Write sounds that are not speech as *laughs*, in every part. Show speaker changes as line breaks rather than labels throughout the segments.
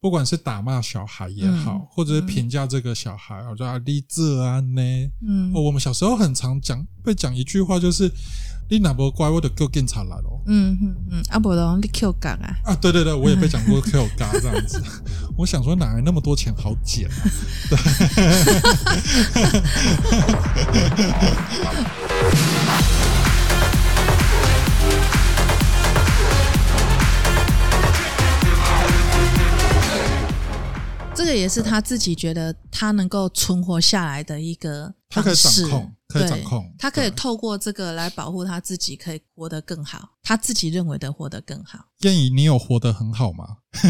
不管是打骂小孩也好，
嗯
或者是评价这个小孩，我说啊，你这啊呢、
嗯
哦，我们小时候很常讲，会讲一句话，就是你哪不乖，我的够警察来咯。
嗯嗯嗯，啊，不然你 Q 港啊，
啊，对对对，我也被讲过 Q 嘎这样
*laughs*
子。我想说，哪来那么多钱好捡、啊？
这个也是他自己觉得他能够存活下来的一个
他可以
方式
掌控可以
对
掌控
他可以
对
透过这个来保护他自己，可以活得更好，他自己认为的活得更好。
燕姨，你有活得很好吗？
哎、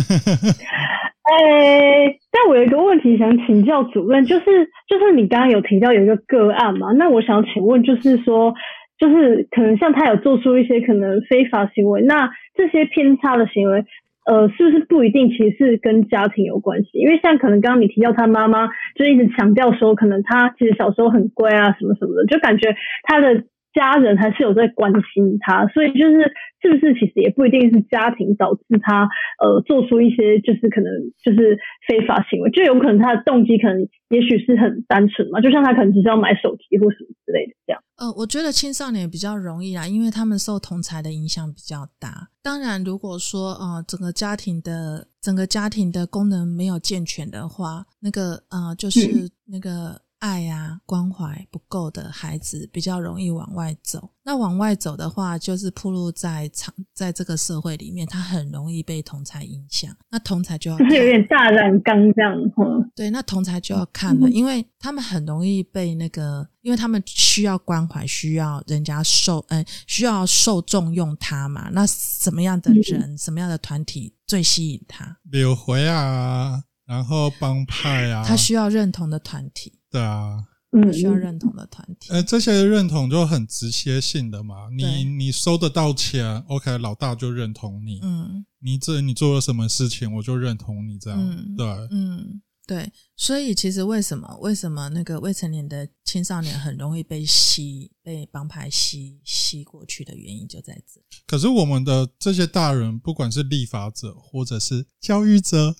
但我有一个问题想请教主任，就是就是你刚刚有提到有一个个案嘛，那我想请问，就是说，就是可能像他有做出一些可能非法行为，那这些偏差的行为，呃，是不是不一定其实是跟家庭有关系？因为像可能刚刚你提到他妈妈就一直强调说，可能他其实小时候很乖啊，什么什么的，就感觉他的家人还是有在关心他，所以就是是不是其实也不一定是家庭导致他呃做出一些就是可能就是非法行为，就有可能他的动机可能也许是很单纯嘛，就像他可能只是要买手机或什么之类的这样。
呃，我觉得青少年比较容易啦，因为他们受同才的影响比较大。当然，如果说呃整个家庭的整个家庭的功能没有健全的话，那个呃就是那个爱啊关怀不够的孩子比较容易往外走。那往外走的话，就是铺路在长在这个社会里面，他很容易被同才影响。那同才就要
*laughs* 就是有
看
点大染缸这样，嗯，
对，那同才就要看了，因为他们很容易被那个，因为他们需要关怀，需要人家受，嗯、需要受重用他嘛。那什么样的人，什么样的团体最吸引他？
柳回啊，然后帮派啊，
他需要认同的团体，
对啊，
嗯
他，需要认同的团体。
呃，这些认同就很直接性的嘛。
对
你你收得到钱，OK，老大就认同你。
嗯
你这你做了什么事情，我就认同你这样。
嗯
对，
嗯，对。所以其实为什么为什么那个未成年的青少年很容易被吸，被帮派吸吸过去的原因就在
*laughs*
这。
可是我们的这些大人，不管是立法者或者是教育者，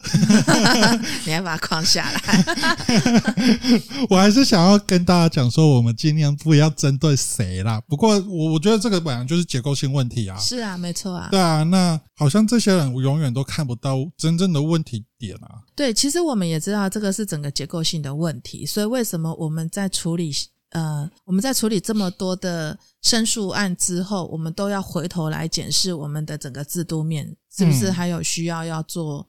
*laughs*
你要把它框下来。
我还是想要跟大家讲说，我们尽量不要针对谁啦。不过我我觉得这个本来就是结构性问题啊。
是啊，没错啊。
对啊，那好像这些人永远都看不到真正的问题点啊。
对，其实我们也知道这个是整个结构性的问题，所以为什么我们在处理呃我们在处理这么多的申诉案之后，我们都要回头来检视我们的整个制度面是不是
嗯
还有需要要做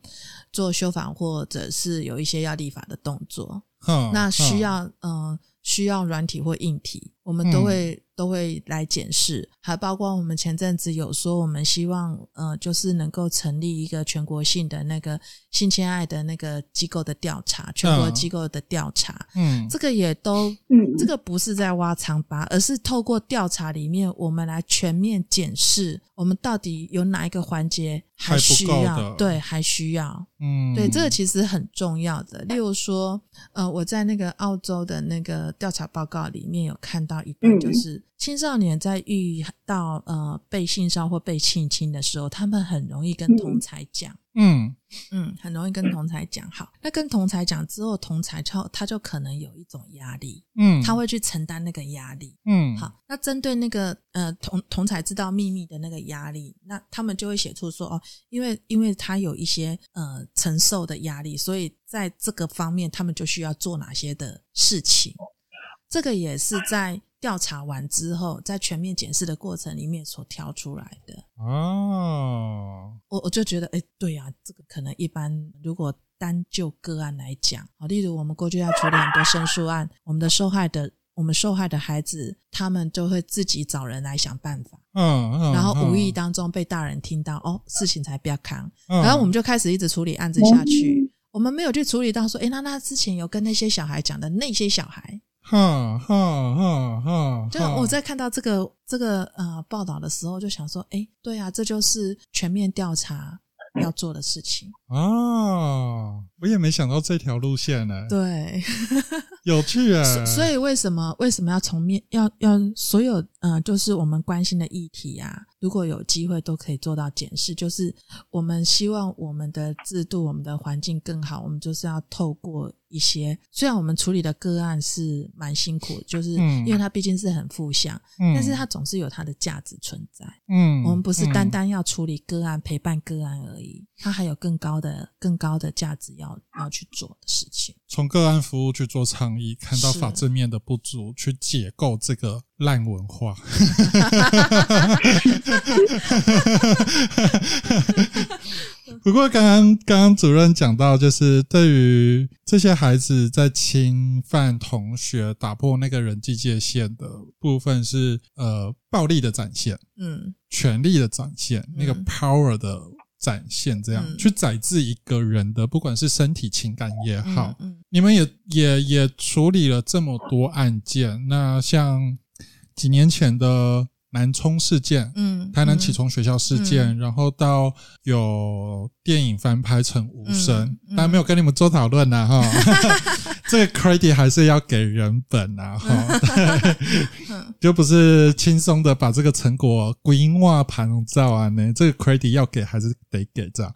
做修法，或者是有一些要立法的动作。
哼，
那需
哼
要呃需要软体或硬体，我们都
嗯
会、都会来检视，还包括我们前阵子有说，我们希望呃就是能够成立一个全国性的那个性侵害的那个机构的调查，全国
嗯
机构的调查，
嗯
这个也都
嗯
这个不是在挖长疤，而是透过调查里面，我们来全面检视我们到底有哪一个环节还
还不
需
够
要，
的
对，还需要。
嗯，
对，这个其实很重要的。例如说，呃，我在那个澳洲的那个调查报告里面有看到一段，
嗯
就是青少年在遇到呃被性骚扰或被性侵的时候，他们很容易跟
嗯
同才讲，
嗯
嗯，很容易跟同才讲。好，那跟同才讲之后，同才就他就可能有一种压力，
嗯，
他会去承担那个压力。
嗯
好，那针对那个呃同同才知道秘密的那个压力，那他们就会写出说哦，因为因为他有一些呃承受的压力，所以在这个方面他们就需要做哪些的事情。这个也是在调查完之后，在全面检视的过程里面所挑出来的。
哦，
我我就觉得，哎、对啊，这个可能一般如果单就个案来讲，好，例如我们过去要处理很多申诉案，我们的受害的我们受害的孩子，他们就会自己找人来想办法，
嗯嗯，
然后无意
的，
当中被大人听到，哦，事情才不要扛，
嗯
然后我们就开始一直处理案子下去，我们没有去处理到说，哎、那那之前有跟那些小孩讲的那些小
嗯
孩，
哼哼哼哼，
就
哼
啊我在看到这个这个呃报道的时候，就想说，哎、对啊，这就是全面调查要做的事情。
啊，我也没想到这条路线呢、
对，
有趣啊、
*laughs* 所所以为什么为什么要从面要要所有呃，就是我们关心的议题啊，如果有机会都可以做到检视，就是我们希望我们的制度、我们的环境更好，我们就是要透过一些，虽然我们处理的个案是蛮辛苦，就是
嗯
因为它毕竟是很负向，
嗯，
但是它总是有它的价值存在。
嗯，
我们不是单单要处理个案、陪伴个案而已，它还有更高的、更高的价值要要去做的事情。
从个案服务去做倡议，看到
是
法制面的不足，去解构这个烂文化。 *laughs* 不过刚刚刚刚主任讲到，就是对于这些孩子在侵犯同学、打破那个人际界限的部分是呃暴力的展现。
嗯，
权力的展现，那个 power 的展现，这样、
嗯
去宰制一个人的，不管是身体、情感也好，
嗯，
你们也也也处理了这么多案件。那像几年前的南充事件，
嗯，嗯嗯
台南启聪学校事件，然后到有电影翻拍成《无声》
嗯嗯
当然没有跟你们做讨论啦
*laughs*
哈，这个 credit 还是要给人本
*laughs*
啊哈，对
嗯
就不是轻松的把这个成果归因化盘照啊呢，这个 credit 要给还是得给这样。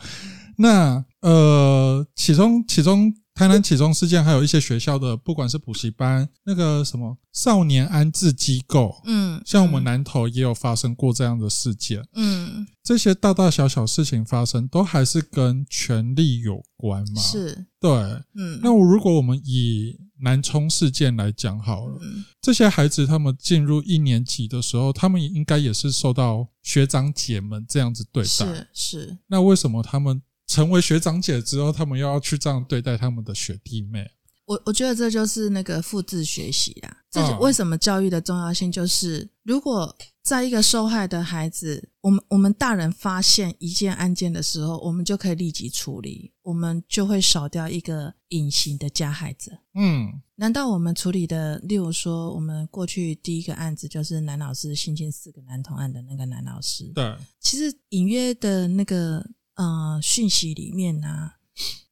那呃，其中其中台南启中事件，还有一些学校的，不管是补习班，那个什么少年安置机构，
嗯，
像我们南投也有发生过这样的事件。
嗯，
这些大大小小事情发生，都还是跟权力有关
嗯
嘛？，
是，
对。
嗯，
那我如果我们以南充事件来讲好了，
嗯
这些孩子他们进入一年级的时候，他们应该也是受到学长姐们这样子对待。
是是，
那为什么他们成为学长姐之后，他们又要去这样对待他们的学弟妹？
我我觉得这就是那个复制学习啦。这就
嗯
为什么教育的重要性，就是如果在一个受害的孩子，我们我们大人发现一件案件的时候，我们就可以立即处理，我们就会少掉一个隐形的加害者。
嗯
难道我们处理的，例如说，我们过去第一个案子就是男老师性侵四个男童案的那个男老师，
对，
其实隐约的那个呃讯息里面啊，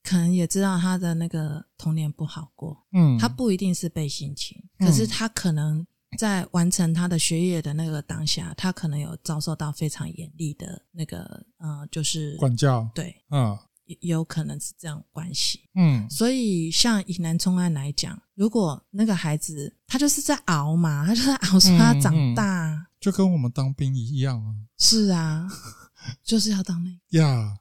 可能也知道他的那个童年不好过，
嗯，
他不一定是被性侵，
嗯
可是他可能在完成他的学业的那个当下，他可能有遭受到非常严厉的那个呃，就是
管教，
对，
嗯
也也有可能是这样的关系。
嗯
所以，像以南冲案来讲，如果那个孩子他就是在熬嘛，他就是在熬说
嗯
他长大，
就跟我们当兵一样啊
是
*laughs*
啊，就是要当那个。
呀，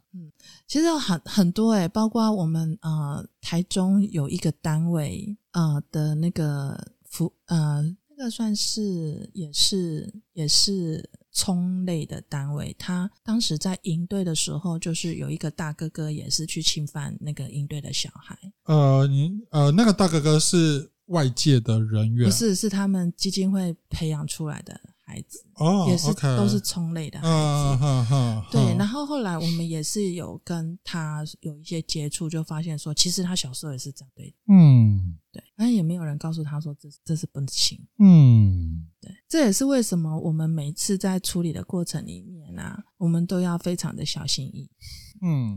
其实有很很多诶、包括我们呃台中有一个单位呃的那个服呃那个算是也是也是冲类的单位，他当时在营队的时候，就是有一个大哥哥也是去侵犯那个营队的小孩，
呃，你呃，那个大哥哥是外界的人员，
不是是他们基金会培养出来的孩子，
哦，
也是
OK
都是冲类的孩子。
嗯哼哼，
对，然
后
后后来我们也是有跟他有一些接触，就发现说，其实他小时候也是这样对
嗯
对，但也没有人告诉他说这这是不行。
嗯
对，这也是为什么我们每次在处理的过程里面啊，我们都要非常的小心翼翼，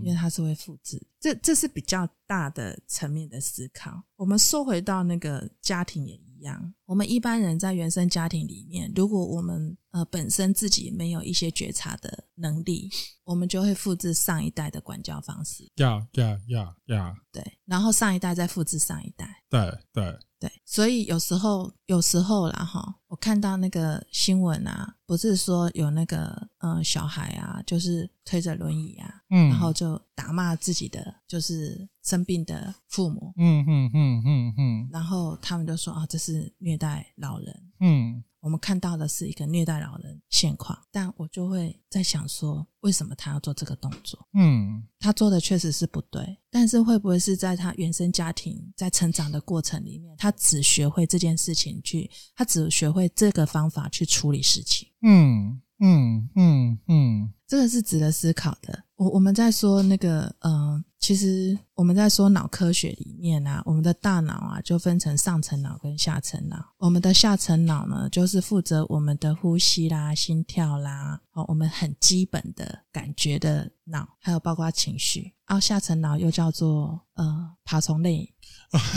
因为
嗯
它是会复制。这这是比较大的层面的思考。我们说回到那个家庭也一样，我们一般人在原生家庭里面，如果我们呃本身自己没有一些觉察的能力，我们就会复制上一代的管教方式，
呀呀呀呀，
对，然后上一代再复制上一代。
对对，
对，所以有时候有时候啦哈，我看到那个新闻啊，不是说有那个呃小孩啊，就是推着轮椅啊，
嗯，
然后就打骂自己的就是生病的父母，
嗯嗯嗯嗯嗯
然后他们就说啊，这是虐待老人。
嗯
我们看到的是一个虐待老人现况，但我就会在想说，为什么他要做这个动作？
嗯
他做的确实是不对，但是会不会是在他原生家庭在成长的过程里面，他只学会这件事情去，他只学会这个方法去处理事情，
嗯嗯嗯嗯
这个是值得思考的。我我们在说那个，呃，其实我们在说脑科学里面啊，我们的大脑啊就分成上层脑跟下层脑。我们的下层脑呢，就是负责我们的呼吸啦、心跳啦，哦，我们很基本的感觉的脑，还有包括情绪。然后下层脑又叫做呃爬虫类。 *laughs*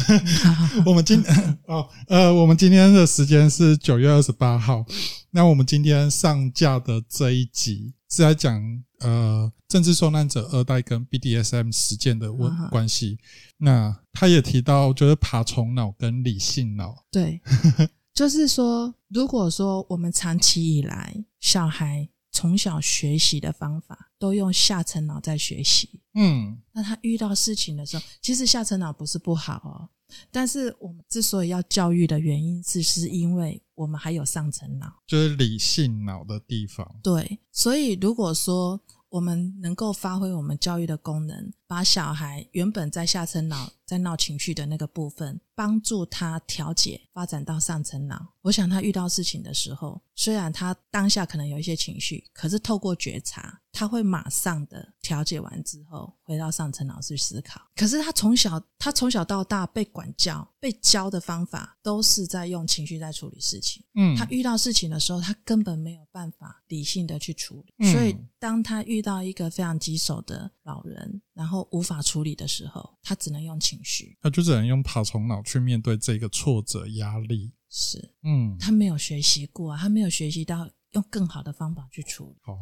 我们今 *laughs* 哦呃，我们今天的时间是九月二十八号。那我们今天上架的这一集是在讲呃政治受难者二代跟 BDSM 实践的问
嗯哼
关系。那他也提到，就是爬虫脑跟理性脑。
对，就是说，如果说我们长期以来小孩从小学习的方法都用下层脑在学习，
嗯
那他遇到事情的时候，其实下层脑不是不好哦，但是我们之所以要教育的原因是，是因为我们还有上层脑。
就是理性脑的地方。
对，所以如果说我们能够发挥我们教育的功能，把小孩原本在下层脑在闹情绪的那个部分，帮助他调节，发展到上层脑。我想他遇到事情的时候，虽然他当下可能有一些情绪，可是透过觉察，他会马上的调节完之后，回到上层脑去思考。可是他从小，他从小到大被管教、被教的方法，都是在用情绪在处理事情。
嗯
他遇到事情的时候，他根本没有办法理性的去处理。
嗯
所以，当他遇到一个非常棘手的老人，然后无法处理的时候，他只能用情绪。
他就只能用爬虫脑去面对这个挫折压力。
是
嗯，
他没有学习过啊，他没有学习到用更好的方法去处理。
好，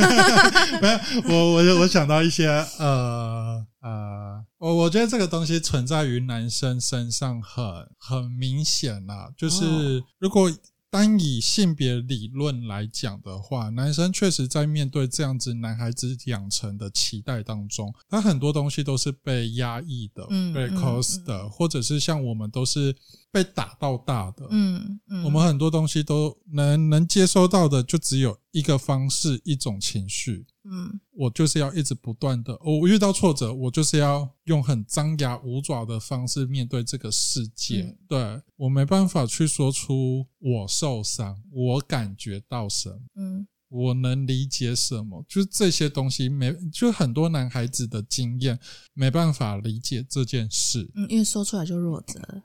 没有， *laughs* 我我我想到一些呃呃，我我觉得这个东西存在于男生身上很很明显啦，就是
哦
如果。单以性别理论来讲的话，男生确实在面对这样子男孩子养成的期待当中，他很多东西都是被压抑的，
嗯
被
嗯
cos 的，或者是像我们都是被打到大的，
嗯嗯
我们很多东西都能能接收到的，就只有一个方式，一种情绪。
嗯
我就是要一直不断的，哦我遇到挫折，我就是要用很张牙舞爪的方式面对这个世界。
嗯
对我没办法去说出我受伤，我感觉到什么，
嗯
我能理解什么，就是这些东西没，就很多男孩子的经验没办法理解这件事，
嗯，因为说出来就弱者了。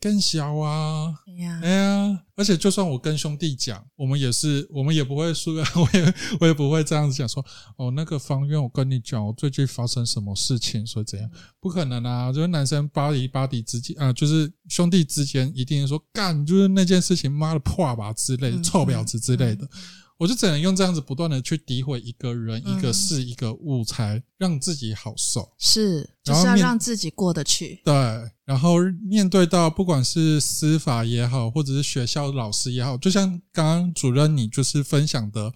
更小啊，
哎呀
哎，呀，而且就算我跟兄弟讲，我们也是，我们也不会说， *laughs* 我也我也不会这样子讲说，哦，那个方圆，我跟你讲，我最近发生什么事情，所以怎样，不可能啊！就是男生巴黎巴黎之间啊、就是兄弟之间一定说干，就是那件事情，妈的破吧之类的，
嗯
臭婊子之类的。我就只能用这样子不断的去诋毁一个人、一个
嗯
事、一个物，才让自己好受。
是就
然后
是要
面
让自己过得去。
对，然后面对到不管是司法也好，或者是学校老师也好，就像刚刚主任你就是分享的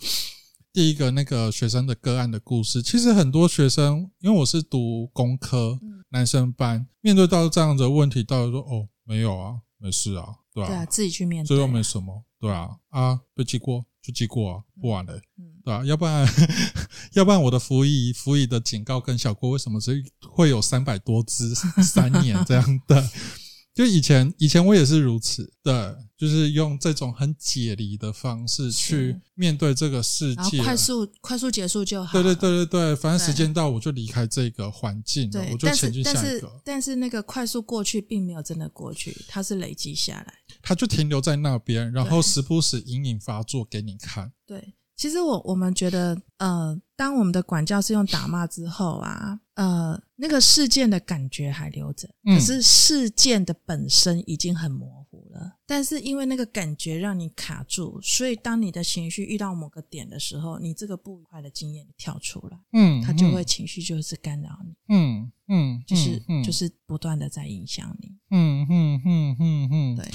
第一个那个学生的个案的故事，其实很多学生，因为我是读工科
嗯
男生班，面对到这样的问题，到底说哦没有啊，没事啊，对
对啊，
啊，
自己去面
这
对
又
啊。
没什么，对啊，啊被记过就记过啊，不玩了。
嗯
对啊，要不然 *laughs* 要不然我的辅以辅以的警告跟小郭为什么是会有三百多只三年这样的？ *laughs* 就以前以前我也是如此，对，就是用这种很解离的方式去
是
面对这个世
然后
界，啊
快速快速结束就好。
对对对对对，反正时
对
间到我就离开这个环境了，
对
我，就
但
前
是
进
但
下一
是
个，
但是那个快速过去并没有真的过去，它是累积下来。
它就停留在那边，然后
对
时不时隐隐发作给你看，
对，其实我我们觉得，呃，当我们的管教是用打骂之后啊，呃，那个事件的感觉还留着，
嗯
可是事件的本身已经很模糊了。但是因为那个感觉让你卡住，所以当你的情绪遇到某个点的时候，你这个不愉快的经验跳出来，
嗯，
它就会情绪就是干扰你，
嗯，嗯嗯，
就是、
嗯
就是不断的在影响你。
嗯嗯嗯嗯嗯，
对。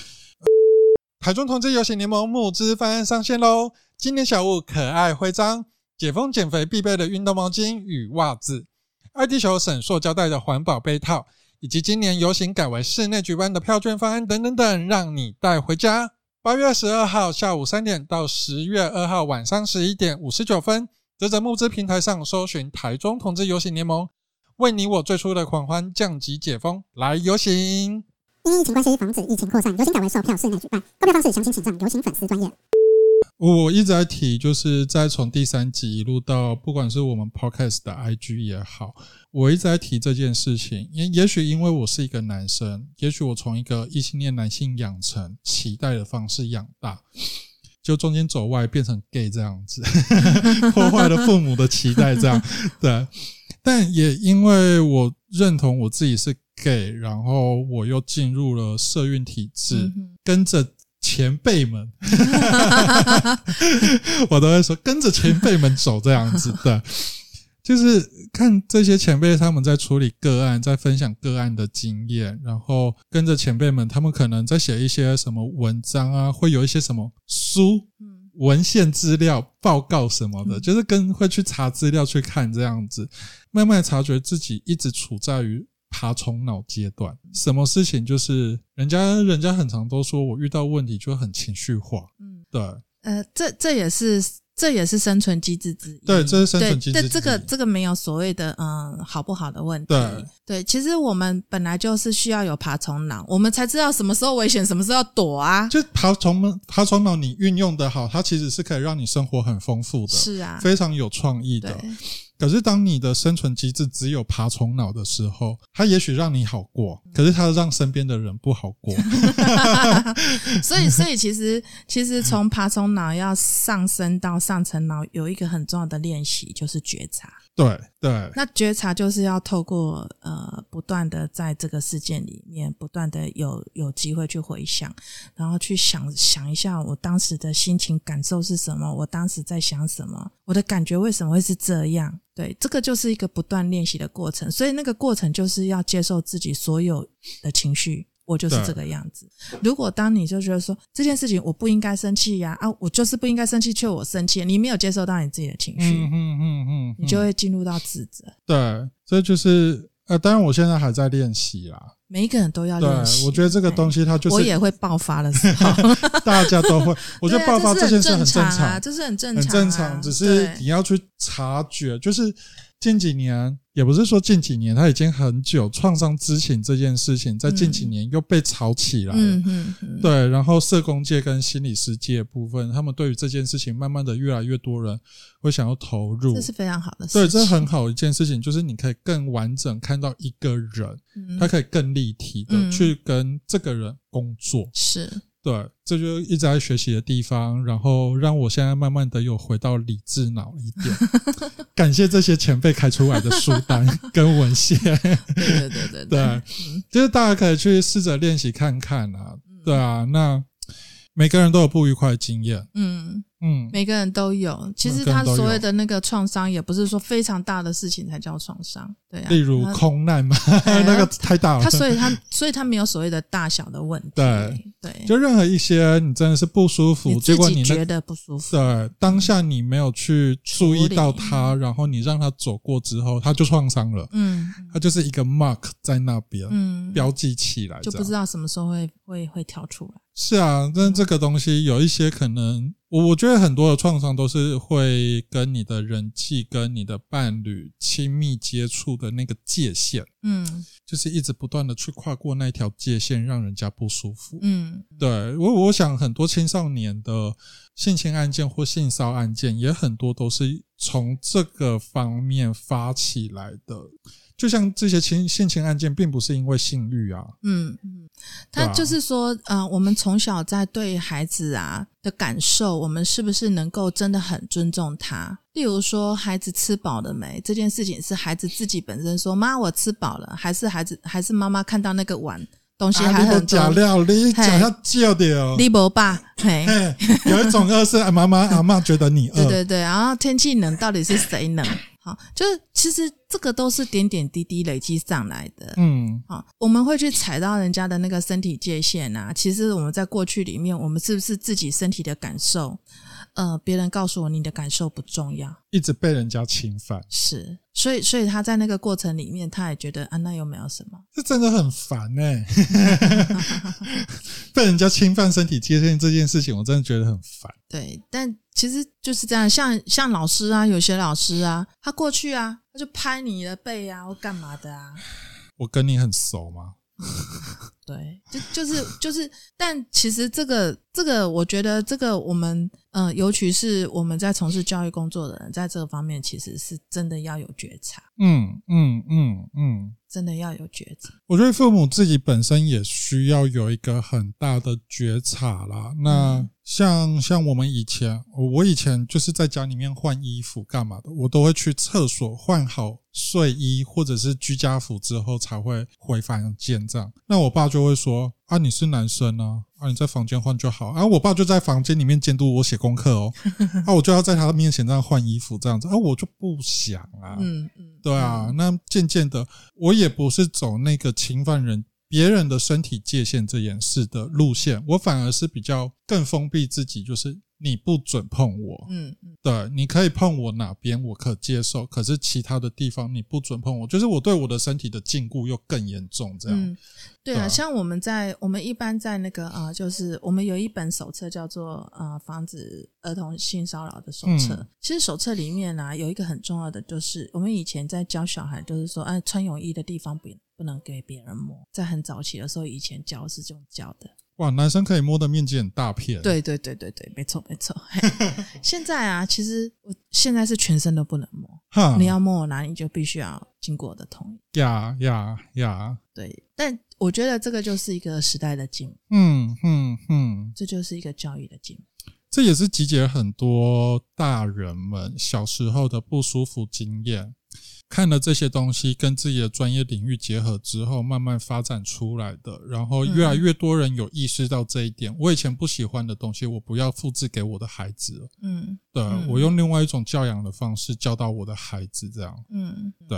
台中同志游行联盟募资方案上线喽！今年小物可爱徽章、解封减肥必备的运动毛巾与袜子，爱地球省塑胶袋的环保杯套，以及今年游行改为室内举办的票券方案等等等，让你带回家。八月十二号下午三点到十月二号晚上十一点五十九分，泽泽募资平台上搜寻台中同志游行联盟，为你我最初的狂欢降级解封，来游行！
因疫情关系防止疫情扩散，游行改为售票室内举办，购票方式详情请上游行粉丝专业。
我一直在提，就是在从第三集一路到，不管是我们 podcast 的 IG 也好，我一直在提这件事情。也也许因为我是一个男生，也许我从一个异性恋男性养成期待的方式养大，就中间走外变成 gay 这样子，破坏了父母的期待，这样对。但也因为我认同我自己是 gay，然后我又进入了社运体制
嗯，哼
跟着前辈们， *laughs* 我都会说跟着前辈们走这样子的，就是看这些前辈他们在处理个案，在分享个案的经验，然后跟着前辈们，他们可能在写一些什么文章啊，会有一些什么书。
嗯
文献资料、报告什么的，
嗯
就是跟会去查资料去看这样子，慢慢察觉自己一直处在于爬虫脑阶段。
嗯
什么事情就是人家人家很常都说我遇到问题就很情绪化，
嗯，
对
呃，这这也是这也是生存机制之一。
对，这是生
对，
存机制之一。
对这个这个没有所谓的嗯好不好的问题。
对
其实我们本来就是需要有爬虫脑，我们才知道什么时候危险，什么时候要躲啊。
就爬虫爬虫脑，你运用的好，它其实是可以让你生活很丰富的，
是啊，
非常有创意的。
对
可是当你的生存机制只有爬虫脑的时候，它也许让你好过，
嗯
可是它让身边的人不好
*laughs*
过。
所以，所以其实其实从爬虫脑要上升到上层脑，有一个很重要的练习就是觉察。
对对
那觉察就是要透过呃不断的在这个事件里面，不断的有有机会去回想，然后去想想一下我当时的心情感受是什么，我当时在想什么，我的感觉为什么会是这样？对，这个就是一个不断练习的过程，所以那个过程就是要接受自己所有的情绪。我就是
对
这个样子。如果当你就觉得说这件事情我不应该生气呀、啊，我就是不应该生气，却我生气了，你没有接受到你自己的情绪，
嗯嗯嗯嗯，
你就
嗯
会进入到自责。
对，这就是呃，当然我现在还在练习啦。
每一个人都要
对
练习。，
我觉得这个东
西、
西它就
我
是
也会爆发的时候，
大家都
*laughs*
会， *laughs* 我觉得
对啊
爆发
这
件
是
事很
很
正
常啊，
常，
这是很正
很
常、啊，
正常，只是
对
你要去察觉，就是近几年，也不是说近几年，它已经很久，创伤知情这件事情在近几
嗯
年又被炒起来了。
嗯嗯嗯，
对，然后社工界跟心理师界部分，他们对于这件事情，慢慢的越来越多人会想要投入。
这是非常好的事情。
对，这很好一件事情，就是你可以更完整看到一个人，
嗯
他可以更立体的
嗯
去跟这个人工作。
是
对，这就是一直在学习的地方，然后让我现在慢慢的有回到理智脑一点。
*laughs*
感谢这些前辈开出来的书单 *laughs* 跟文
*laughs*
献，
对对对对
对
嗯
就是大家可以去试着练习看看啊。对啊，那每个人都有不愉快的经验，
嗯，
嗯，
每个人都有。其
每
实
个人
他
都有
所谓的那个创伤，也不是说非常大的事情才叫创伤，对啊。
例如空难嘛，
哎
*laughs* 那个太大了。
他所以他所以他没有所谓的大小的问题，
对
对，
就任何一些你真的是不舒服，
你
结
自
果
己
你那啊
觉得不舒服，
对当下你没有去注意到
处理
它，然后你让它走过之后，它就创伤了，
嗯
它就是一个 mark 在那边、
嗯，
标记起来，
就不知。道什么时候会会会跳出来，
是啊，但这个东西有一些可能，我我觉得很多的创伤都是会跟你的人际、跟你的伴侣亲密接触的那个界限，
嗯
就是一直不断的去跨过那条界限，让人家不舒服。
嗯
对我，我想很多青少年的性侵案件或性骚案件，也很多都是从这个方面发起来的。就像这些侵性侵案件，并不是因为性欲啊，
嗯，嗯，
对
他
啊
就是说，呃，我们从小在对孩子啊的感受，我们是不是能够真的很尊重他？例如说，孩子吃饱了没这件事情，是孩子自己本身说“妈，我吃饱了”，还是孩子还是妈妈看到那个碗东西
啊，
还
你都
很多？
假料，你假
嘿
要叫的哦。
你不爸，嘿，
嘿，嗯有一种饿是啊妈妈阿妈觉得你饿，
对对对，然后天气冷到底是谁冷？好，就是其实这个都是点点滴滴累积上来的。
嗯，
啊、我们会去踩到人家的那个身体界限啊。其实我们在过去里面，我们是不是自己身体的感受？呃，别人告诉我你的感受不重要，
一直被人家侵犯，
是，所以所以他在那个过程里面，他也觉得啊，那又没有什么，
这真的很烦哎、
*laughs*
被人家侵犯身体界限这件事情，我真的觉得很烦。
对。但其实就是这样，像像老师啊，有些老师啊，他过去啊，他就拍你的背啊，或干嘛的啊，
我跟你很熟吗？
对，就就是就是，但其实这个这个我觉得，这个我们呃，尤其是我们在从事教育工作的人，在这个方面其实是真的要有觉察，
嗯嗯嗯嗯，
真的要有觉察。
我觉得父母自己本身也需要有一个很大的觉察啦。那
嗯
像像我们以前，我以前就是在家里面换衣服干嘛的，我都会去厕所换好睡衣或者是居家服之后才会回房间这样。那我爸就会说：“啊，你是男生啊，啊你在房间换就好。”啊，我爸就在房间里面监督我写功课哦，啊我就要在他面前这样换衣服这样子，啊我就不想啊，
嗯嗯，
对啊
嗯，，
那渐渐的，我也不是走那个侵犯人别人的身体界限这件事的路线，我反而是比较更封闭自己，就是你不准碰我，
嗯
对，你可以碰我哪边我可接受，可是其他的地方你不准碰我，就是我对我的身体的禁锢又更严重，这样，
嗯，对
对啊
啊，像我们在我们一般在那个呃，就是我们有一本手册叫做呃防止儿童性骚扰的手册。
嗯
其实手册里面呢、有一个很重要的，就是我们以前在教小孩，就是说，哎、穿泳衣的地方不不能给别人摸，在很早期的时候，以前教是这种教的。
哇，男生可以摸的面积很大片，，
对对对对对，没错没错。 *laughs* 嘿现在啊，其实我现在是全身都不能摸，
哈，
你要摸我哪里就必须要经过我的同意。
呀呀呀，
对，但我觉得这个就是一个时代的进步。
嗯嗯嗯，
这就是一个教育的进步。
这也是集结了很多大人们小时候的不舒服经验，看了这些东西跟自己的专业领域结合之后，慢慢发展出来的。然后越
嗯
来越多人有意识到这一点，我以前不喜欢的东西，我不要复制给我的孩子了。
嗯
对、
嗯
我用另外一种教养的方式教导我的孩子，这样
嗯，
对，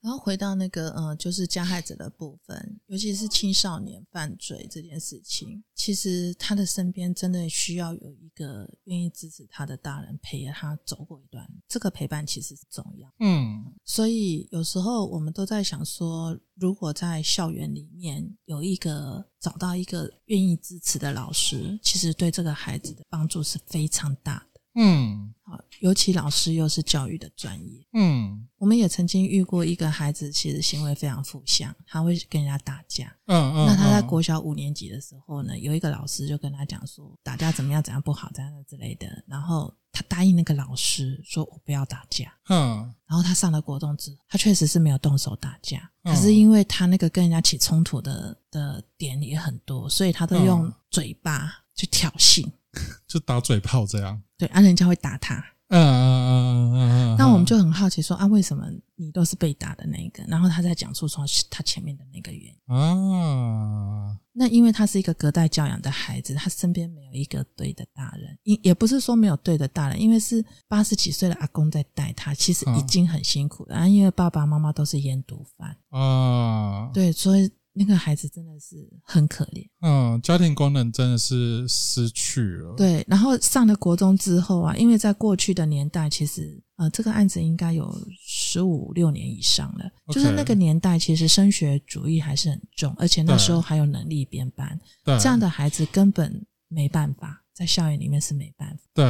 然后回到那个呃，就是加害者的部分，尤其是青少年犯罪这件事情，其实他的身边真的需要有一个愿意支持他的大人陪着他走过一段，这个陪伴其实是重要。
嗯
所以有时候我们都在想说，如果在校园里面有一个找到一个愿意支持的老师，其实对这个孩子的帮助是非常大的。
嗯
啊，尤其老师又是教育的专业，
嗯
我们也曾经遇过一个孩子，其实行为非常负向，他会跟人家打架。
嗯嗯，
那他在
嗯
国小五年级的时候呢，有一个老师就跟他讲说，打架怎么样怎样不好，怎样之类的。然后他答应那个老师说，我不要打架。
嗯
然后他上了国中之后，他确实是没有动手打架，
嗯
可是因为他那个跟人家起冲突的的点也很多，所以他都用
嗯
嘴巴去挑衅，
就打嘴炮这样，
对，啊，人家会打他。
嗯嗯嗯嗯嗯嗯，
那我们就很好奇说啊，为什么你都是被打的那一个？然后他再讲述说他前面的那个原因。
啊。
那因为他是一个隔代教养的孩子，他身边没有一个对的大人，也也不是说没有对的大人，因为是八十几岁的阿公在带他，其实已经很辛苦了。啊、因为爸爸妈妈都是烟毒贩，
嗯啊，，
对，所以那个孩子真的是很可怜。
嗯，家庭功能真的是失去了，，
对，然后上了国中之后啊，因为在过去的年代，其实呃，这个案子应该有十五六年以上了。
OK
就是那个年代，其实升学主义还是很重，而且那时候还有能力编班，
对
这样，的孩子根本没办法在校园里面是没办法。
对，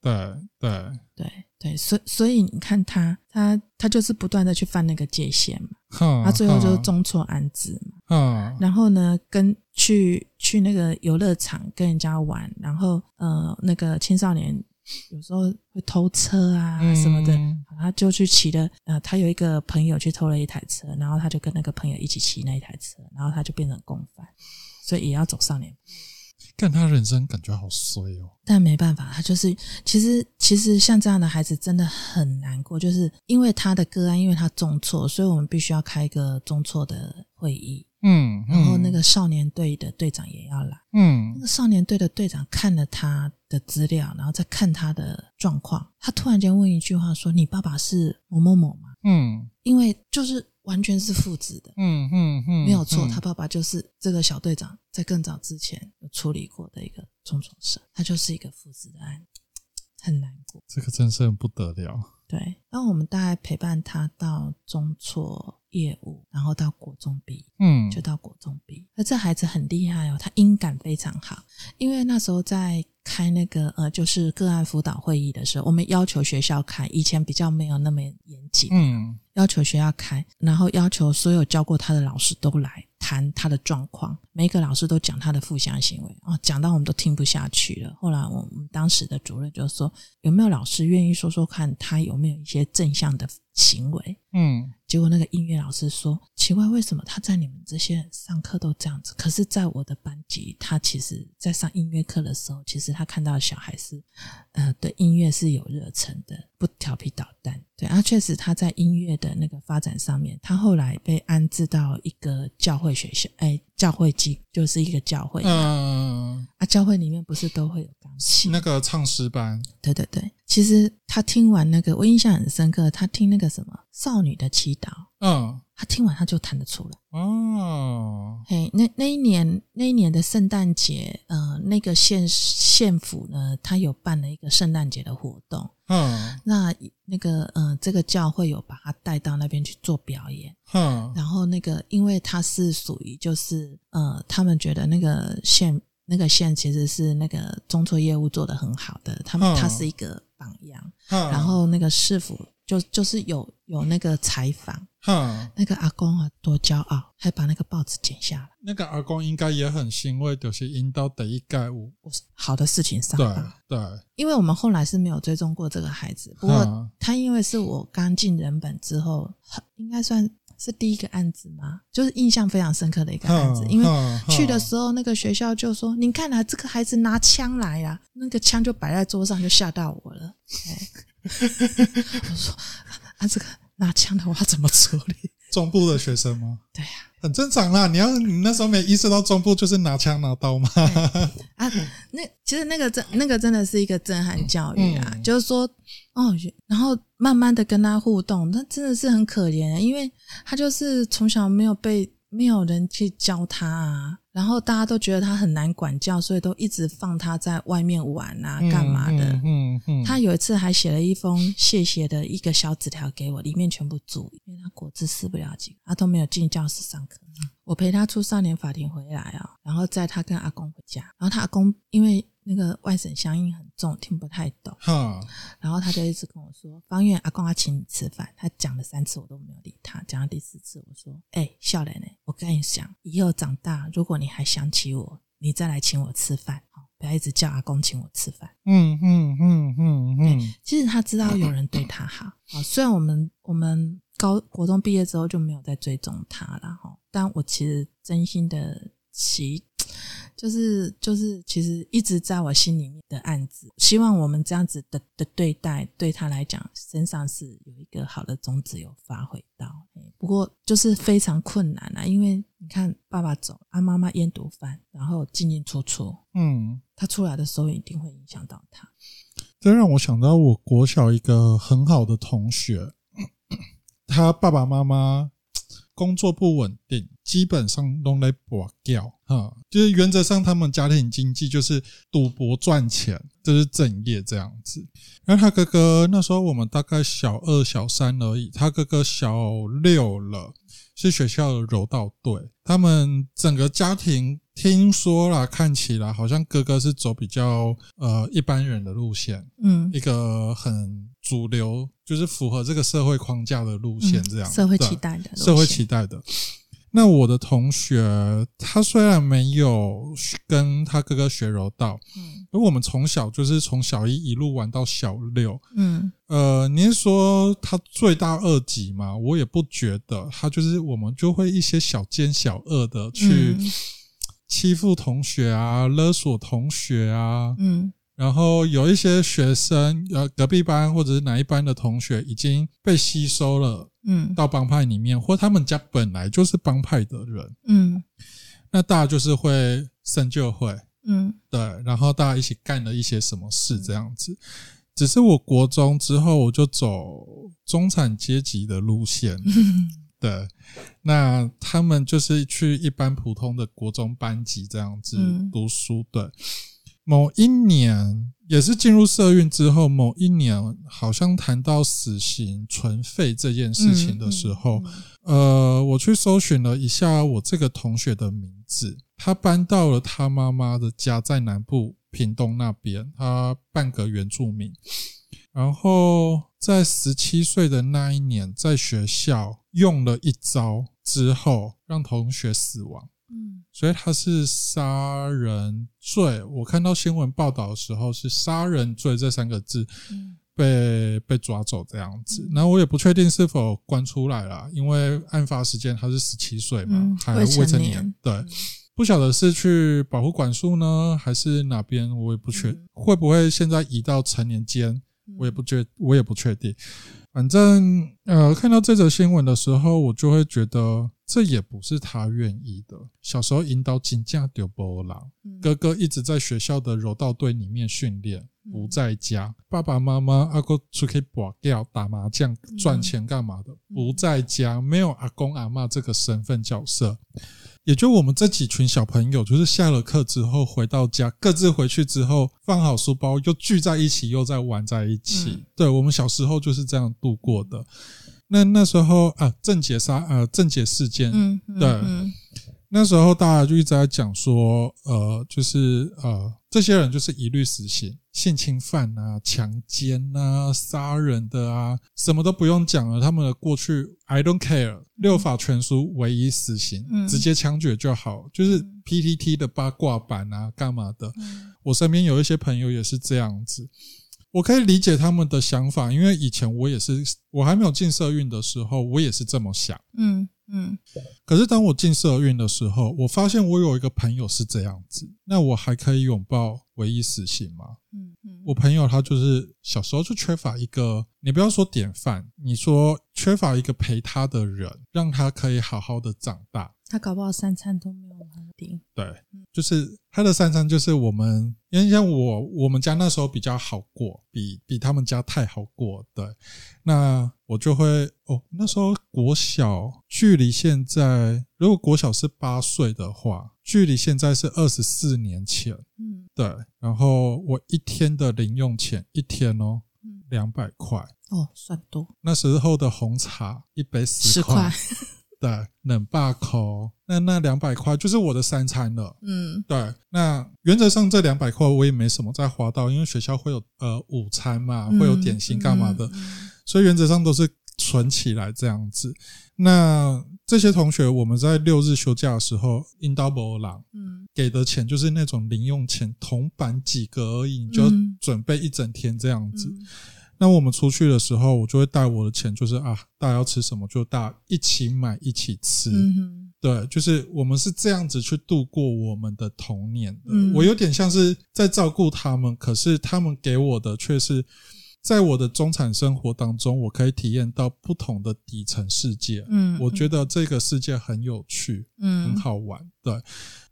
对，对，
对对，所所以你看他，他他就是不断的去犯那个界限嘛，
哼，
啊他最后就是
哼，
中错安置嘛。
嗯，
然后呢，跟去去那个游乐场跟人家玩，然后呃，那个青少年有时候会偷车啊
嗯
什么的，他就去骑了。呃，他有一个朋友去偷了一台车，然后他就跟那个朋友一起骑那一台车，然后他就变成共犯，所以也要走少年。
看他人生感觉好衰哦，
但没办法，他就是其实其实像这样的孩子真的很难过，就是因为他的个案，因为他重挫，所以我们必须要开一个重挫的会议，
嗯，
然后
嗯
那，个少年队的队长也要来。那
嗯
个少年队的队长看了他的资料，然后再看他的状况，他突然间问一句话说：“你爸爸是某某某吗
嗯，？”
因为就是完全是父子的，
嗯，嗯，嗯，
没有错，
嗯
他，爸爸就是这个小队长在更早之前有处理过的一个重重伤，他就是一个父子的案，很难过。
这个真是很不得了，
对，那我们大概陪伴他到中辍业务，然后到国中毕业。
嗯，
就到国中毕业。那这孩子很厉害哦，他音感非常好。因为那时候在开那个呃，就是个案辅导会议的时候，我们要求学校开，以前比较没有那么严紧，
嗯
要求学校开，然后要求所有教过他的老师都来谈他的状况，每一个老师都讲他的负向行为哦，讲到我们都听不下去了。后来我们当时的主任就说，有没有老师愿意说说看他有没有一些正向的行为？
嗯
结果那个音乐老师说：“奇怪，为什么他在你们这些人上课都这样子？可是，在我的班级，他其实在上音乐课的时候，其实他看到小孩是，呃，对音乐是有热忱的，不调皮捣蛋。对啊，确实他在音乐的那个发展上面，他后来被安置到一个教会学校，哎，教会机就是一个教会、
嗯，
啊，教会里面不是都会有钢琴？
那个唱诗班，
对对对，其实他听完那个，我印象很深刻，他听那个什么少女的祈祷。”
嗯
他听完他就弹得出来。
哦，
嘿，那那一年那一年的圣诞节，呃，那个县县府呢，他有办了一个圣诞节的活动。
嗯
那那个呃，这个教会有把他带到那边去做表演。
哼
然后那个，因为他是属于就是呃，他们觉得那个县那个县其实是那个中错业务做得很好的，他们
嗯
他是一个榜样。
哼，
然后那个市府就就是有有那个采访，
哼，
那个阿公啊多骄傲，还把那个报纸剪下来。
那个阿公应该也很欣慰，就是引导得一概五，
我是好的事情上
对
吧。
对，
因为我们后来是没有追踪过这个孩子，不过
嗯
他因为是我刚进人本之后，很应该算是第一个案子嘛，就是印象非常深刻的一个案子，
哼
因为。
哼
去的时候，那个学校就说：“你看啊，这个孩子拿枪来啊，那个枪就摆在桌上，就吓到我了。 *laughs* 哎我说：“啊，这个拿枪的我要怎么处理
中部的学生吗？？”
*laughs* 对啊呀、
很正常啦，你要你那时候没意识到中部就是拿枪拿刀吗？
啊，那其实那个真那个真的是一个震撼教育啊，
嗯
就是说哦，原然后慢慢的跟他互动，他真的是很可怜，啊因为他就是从小没有被没有人去教他啊，然后大家都觉得他很难管教，所以都一直放他在外面玩啊，干嘛的。
嗯嗯，
他有一次还写了一封谢谢的一个小纸条给我，里面全部注意，因为他果汁吃不了几个，他都没有进教室上课。我陪他出少年法庭回来啊、然后载他跟阿公回家，然后他阿公因为那个外省乡音很重，听不太懂，
哈
然后他就一直跟我说：“方圆阿公要请你吃饭。”他讲了三次，我都没有理他。讲到第四次，我说：“哎、笑人呢、我跟你讲，以后长大，如果你还想起我，你再来请我吃饭，好，不要一直叫阿公请我吃饭。”
嗯嗯嗯嗯嗯
其实他知道有人对他好，啊，虽然我们我们高国中毕业之后就没有再追踪他了哈，但我其实真心的其就是就是其实一直在我心里面的案子，希望我们这样子的的对待对他来讲身上是有一个好的种子有发挥到，嘿不过就是非常困难啊，因为你看爸爸走，啊妈妈烟毒贩，然后进进出出，
嗯，
他出来的时候一定会影响到他，
这让我想到我国小一个很好的同学，他爸爸妈妈工作不稳定，基本上都来博掉哈，就是原则上他们家庭经济就是赌博赚钱，这、是正业这样子。然后他哥哥那时候我们大概小二、小三而已，他哥哥小六了，是学校的柔道队。他们整个家庭听说啦，看起来好像哥哥是走比较呃一般人的路线，
嗯。
一个很主流，就是符合这个社会框架的路线，这样、
嗯社会
对啊
期待的路线
社会期待的。那我的同学，他虽然没有跟他哥哥学柔道，
嗯
因为我们从小就是从小一一路玩到小六。
嗯
呃，你是说他最大二级嘛？我也不觉得，他就是我们就会一些小奸小恶的去
嗯
欺负同学啊，勒索同学啊，
嗯
然后有一些学生，呃，隔壁班或者是哪一班的同学已经被吸收了
嗯
到帮派里面，或他们家本来就是帮派的人，
嗯
那大家就是会深究会，
嗯
对，然后大家一起干了一些什么事这样子。只是我国中之后，我就走中产阶级的路线，对，那他们就是去一般普通的国中班级这样子
嗯
读书的。某一年也是进入社运之后，某一年好像谈到死刑存废这件事情的时候，呃，我去搜寻了一下我这个同学的名字，他搬到了他妈妈的家，在南部屏东那边，他半个原住民。然后在十七岁的那一年，在学校用了一招之后，让同学死亡。
嗯
所以他是杀人罪。我看到新闻报道的时候是杀人罪这三个字
嗯
被被抓走这样子
嗯。
然后我也不确定是否关出来啦，因为案发时间他是十七岁嘛
嗯，
还
未成
未成
年
年，对。不晓得是去保护管束呢，还是哪边，我也不确、
嗯
会不会现在移到成年间，
嗯
我也不确，我也不确定。反正呃，看到这则新闻的时候，我就会觉得这也不是他愿意的。小时候引导金价丢波浪，
嗯
哥哥一直在学校的柔道队里面训练，
嗯
不在家。爸爸妈妈、阿哥出去拔掉打麻将
嗯
赚钱干嘛的，不在家，没有阿公阿妈这个身份角色。也就我们这几群小朋友，就是下了课之后回到家，各自回去之后放好书包，又聚在一起，又在玩在一起。
嗯
对我们小时候就是这样度过的。那那时候啊，郑解杀呃郑解事件，
嗯嗯
对
嗯
那时候大家就一直在讲说，呃，就是呃，这些人就是一律死刑，性侵犯啊、强奸啊、杀人的啊，什么都不用讲了，他们的过去 I don't care，六法全书唯一死刑，
嗯
直接枪决就好，就是
嗯
PTT 的八卦版啊，干嘛的？
嗯
我身边有一些朋友也是这样子，我可以理解他们的想法，因为以前我也是，我还没有进社运的时候，我也是这么想。
嗯嗯
可是当我进社运的时候，我发现我有一个朋友是这样子，那我还可以拥抱唯一死刑吗？
嗯嗯，
我朋友他就是小时候就缺乏一个，你不要说典范，你说缺乏一个陪他的人，让他可以好好的长大。
他搞不好三餐都没有稳定。
对，就是他的三餐，就是我们，因为像我我们家那时候比较好过，比比他们家太好过。对，那我就会哦，那时候国小距离现在，如果国小是八岁的话，距离现在是二十四年前。
嗯
对，然后我一天的零用钱，一天哦
嗯，
两百块。
哦，算多
那时候的红茶一杯
十
十
块
块，。对，冷霸口，那那两百块就是我的三餐了。
嗯
对，那原则上这两百块我也没什么再花到，因为学校会有呃午餐嘛，会有点心干嘛的，
嗯嗯
所以原则上都是存起来这样子。那这些同学，我们在六日休假的时候，应刀博朗
嗯
给的钱就是那种零用钱，铜板几个而已，你就
嗯
准备一整天这样子。
嗯
那我们出去的时候，我就会带我的钱，就是啊，大家要吃什么就大家一起买一起吃。
嗯哼
对，就是我们是这样子去度过我们的童年的。
嗯
我有点像是在照顾他们，可是他们给我的却是在我的中产生活当中，我可以体验到不同的底层世界。
嗯，
我觉得这个世界很有趣，
嗯
很好玩。对，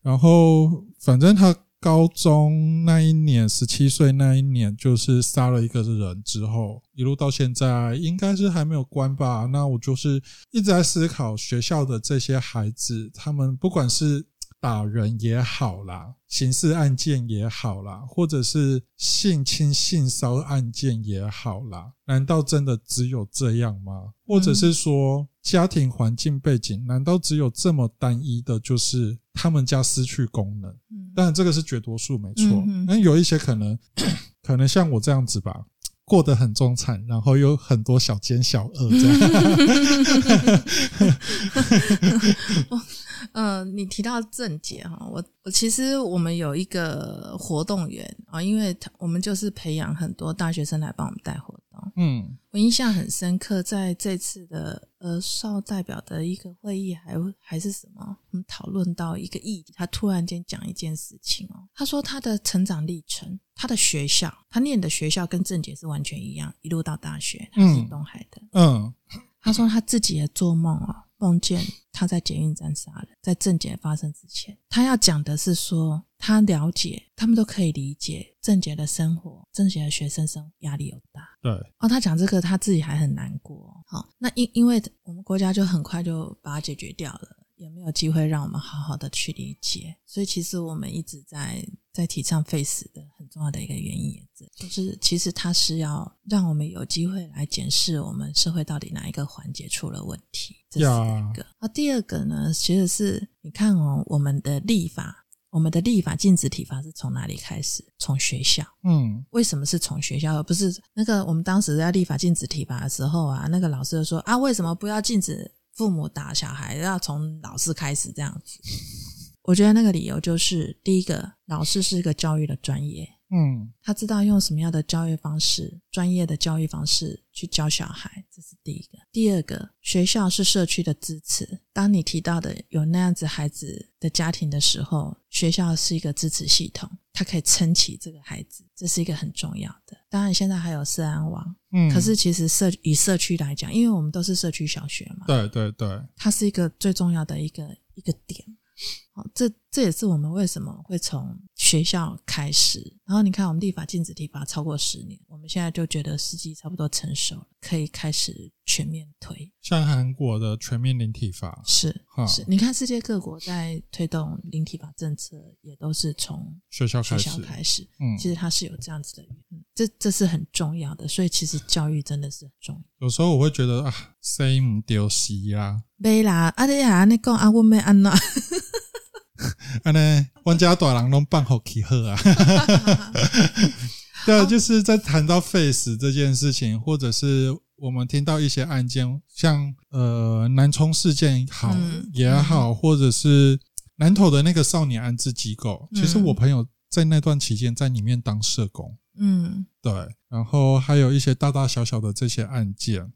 然后反正他高中那一年，十七岁那一年，就是杀了一个人之后，一路到现在应该是还没有关吧。那我就是一直在思考学校的这些孩子，他们不管是打人也好啦，刑事案件也好啦，或者是性侵、性骚案件也好啦，难道真的只有这样吗？或者
嗯
是说家庭环境背景，难道只有这么单一的，就是他们家失去功能？
嗯
当然，这个是绝多数，没错
嗯哼。
那、有一些可能， *clears throat* 可能像我这样子吧，过得很中产，然后有很多小奸小恶这样。
*laughs* 呃，你提到郑姐哈，我我其实我们有一个活动员啊、因为他我们就是培养很多大学生来帮我们带活动。
嗯
我印象很深刻，在这次的呃少代表的一个会议还，还是什么，我们讨论到一个议题，他突然间讲一件事情哦，他说他的成长历程，他的学校，他念的学校跟郑姐是完全一样，一路到大学，他是
嗯
东海的，
嗯
他说他自己也做梦啊，梦见他在捷运站杀人，在郑杰发生之前，他要讲的是说他了解，他们都可以理解郑杰的生活，郑杰的学生生活压力有大。
对，
哦，他讲这个他自己还很难过。哦好、那因因为我们国家就很快就把它解决掉了，也没有机会让我们好好的去理解。所以其实我们一直在在提倡 face 的很重要的一个原因也是，就是其实它是要让我们有机会来检视我们社会到底哪一个环节出了问题，这是
呀
一个。啊，第二个呢，其实是你看哦，我们的立法我们的立法禁止体罚是从哪里开始？从学校。
嗯
为什么是从学校，而不是那个我们当时在立法禁止体罚的时候啊？那个老师就说啊，为什么不要禁止父母打小孩，要从老师开始这样子？我觉得那个理由就是，第一个，老师是一个教育的专业，
嗯
他知道用什么样的教育方式，专业的教育方式去教小孩，这是第一个。第二个，学校是社区的支持。当你提到的有那样子孩子的家庭的时候，学校是一个支持系统，它可以撑起这个孩子，这是一个很重要的。当然，现在还有社安网，
嗯，
可是其实社以社区来讲，因为我们都是社区小学嘛，
对对对，
它是一个最重要的一个一个点。好，这这也是我们为什么会从学校开始。然后你看，我们立法禁止体罚超过十年，我们现在就觉得时机差不多成熟了，可以开始全面推。
像韩国的全面零体罚，
是
好
是，你看世界各国在推动零体罚政策，也都是从
学校
学
开
校
始，
开始。
嗯，
其实它是有这样子的，嗯、这这是很重要的。所以其实教育真的是很重要。
有时候我会觉得啊，生唔丢西啦，
没啦，啊你啊，你讲啊，我们安娜。
安尼，阮家大人拢办好起好啊。 *laughs* 对，啊就是在谈到 face 这件事情，或者是我们听到一些案件，像呃南充事件好、
嗯
也好，或者是南投的那个少年安置机构，其实
嗯
我朋友在那段期间在里面当社工，
嗯
对，然后还有一些大大小小的这些案件，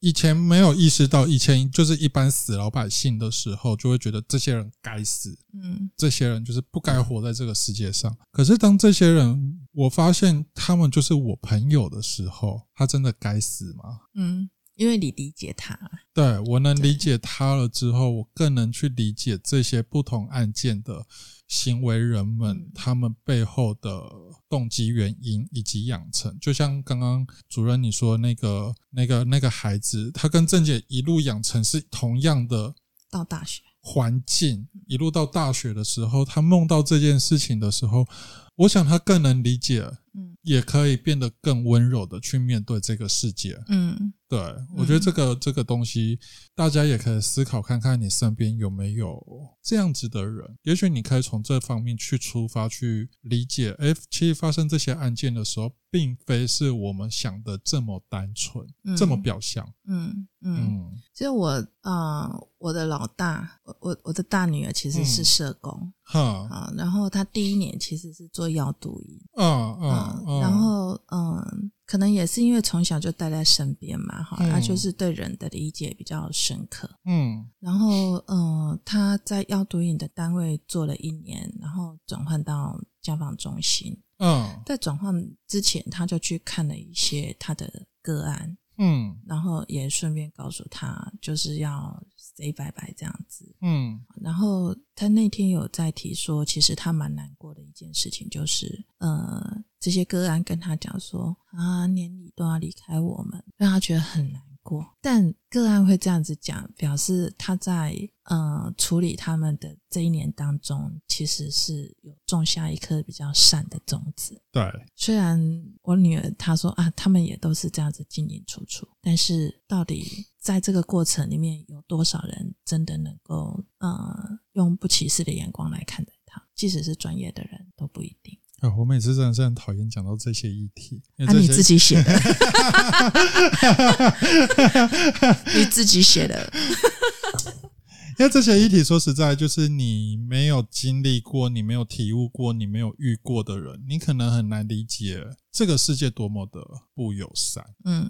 以前没有意识到，以前就是一般死老百姓的时候，就会觉得这些人该死，
嗯
这些人就是不该活在这个世界上。可是当这些人，我发现他们就是我朋友的时候，他真的该死吗？
嗯，因为你理解他。
对我能理解他了之后，我更能去理解这些不同案件的行为人们、
嗯
他们背后的动机、原因以及养成。就像刚刚主任你说那个、那个、那个孩子，他跟郑姐一路养成是同样的
到大学，
环境，
嗯
一路到大学的时候，他梦到这件事情的时候，我想他更能理解，
嗯
也可以变得更温柔的去面对这个世界。
嗯
对，我觉得这个、这个东西，大家也可以思考看看，你身边有没有这样子的人？也许你可以从这方面去出发，去理解。哎，其实发生这些案件的时候，并非是我们想的这么单纯，
嗯
这么表象。
嗯嗯。
嗯
其实我，呃，我的老大，我我我的大女儿其实是社工
哈，
啊，然后她第一年其实是做药毒医
嗯
啊
嗯，嗯，
然后嗯，可能也是因为从小就待在身边嘛，哈，
嗯
她就是对人的理解比较深刻。
嗯
然后，嗯，她在药毒瘾的单位做了一年，然后转换到家访中心。
嗯
在转换之前，她就去看了一些她的个案，
嗯
然后也顺便告诉他，就是要 say 拜拜这样子。
嗯
然后他那天有在提说，其实他蛮难过的一件事情，就是呃，这些个案跟他讲说啊，年底都要离开我们，让他觉得很难过。但个案会这样子讲，表示他在呃处理他们的这一年当中，其实是有种下一颗比较善的种子。
对，
虽然我女儿她说啊，他们也都是这样子进进出出，但是到底在这个过程里面，有多少人真的能够呃用不歧视的眼光来看待他？即使是专业的人都不一定。
啊，我每次真的是很讨厌讲到这些议题，因
啊，
为
你
这
*laughs* 自
些
己写的，你自己写的，
因为这些议题，说实在，就是你没有经历过、你没有体悟过、你没有遇过的人，你可能很难理解这个世界多么的不友善。
嗯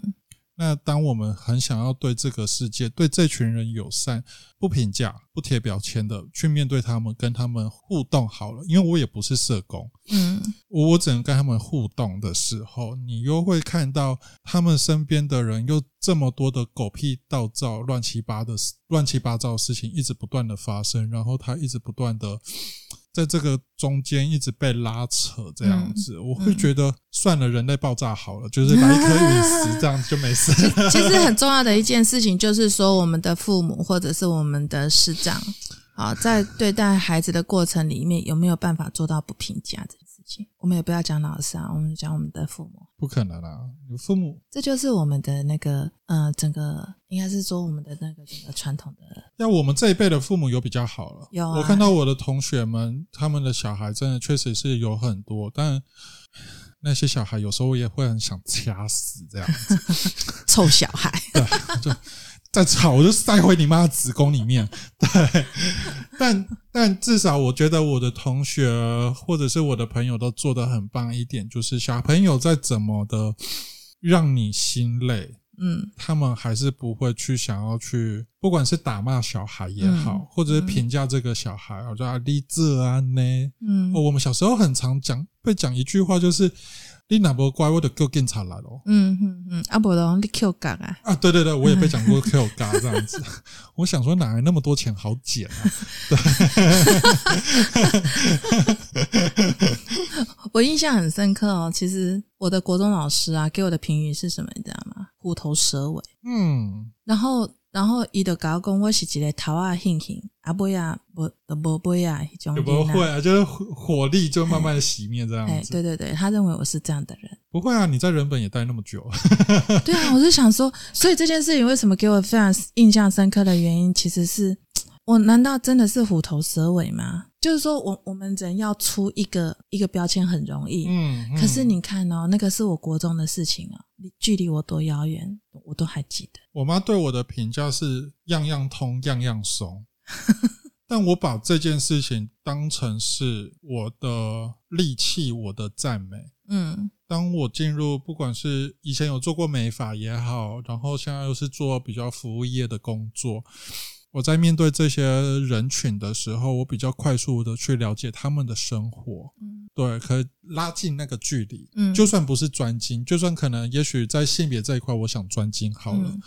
那当我们很想要对这个世界、对这群人友善、不评价、不贴标签的去面对他们，跟他们互动好了，因为我也不是社工，
嗯
我我只能跟他们互动的时候，你又会看到他们身边的人又这么多的狗屁倒灶、乱七八的事乱七八糟的事情一直不断的发生，然后他一直不断的在这个中间一直被拉扯这样子，我会觉得算了，人类爆炸好了，就是来一颗陨石这样子就没事。
其实很重要的一件事情就是说，我们的父母或者是我们的师长啊，在对待孩子的过程里面，有没有办法做到不评价这件事？情。我们也不要讲老师啊，我们讲我们的父母，
*laughs* 不可能啦，有父母
这就是我们的那个呃，整个应该是说我们的那个整个传统的
要我们这一辈的父母有比较好了。
有啊
我看到我的同学们，他们的小孩真的确实是有很多，但那些小孩有时候也会很想掐死这样子， *laughs*
臭小孩。 *laughs*
就再吵我就塞回你妈的子宫里面。 *laughs* 对，但但至少我觉得我的同学或者是我的朋友都做得很棒一点，就是小朋友再怎么的让你心累，
嗯
他们还是不会去想要去，不管是打骂小孩也好，
嗯
或者是评价这个小孩，我说啊，你这啊呢、
嗯
哦我们小时候很常讲，被讲一句话就是“你哪不乖，我的够警察来咯。
嗯嗯嗯，阿伯龙，你 Q 港啊？
啊，对对对，我也被讲过 Q 嘎这样
*laughs*
子。我想说，哪来那么多钱好捡啊？
我印象很深刻哦。其实我的国中老师啊，给我的评语是什么，你知道吗？虎头蛇尾。
嗯，
然后，然后伊就甲我讲，我是一个头啊兴兴，阿伯呀，无都无伯呀，迄种
有没有
囡仔
会啊？就是火火力就慢慢的熄灭这样
哎，
子。
对对对，他认为我是这样的人。
不会啊，你在人本也待那么久，
对啊，我就想说，所以这件事情为什么给我非常印象深刻的原因，其实是我难道真的是虎头蛇尾吗？就是说我我们人要出一个一个标签很容
*laughs*
易，
嗯，嗯
可是你看哦，那个是我国中的事情哦，离距离我多遥远，我都还记得。
我妈对我的评价是样样通，样样松。但我把这件事情当成是我的利器，我的赞美。
嗯
当我进入，不管是以前有做过美发也好，然后现在又是做比较服务业的工作，我在面对这些人群的时候，我比较快速的去了解他们的生活，
嗯
对，可以拉近那个距离。
嗯，
就算不是专精，就算可能也许在性别这一块我想专精好了，
嗯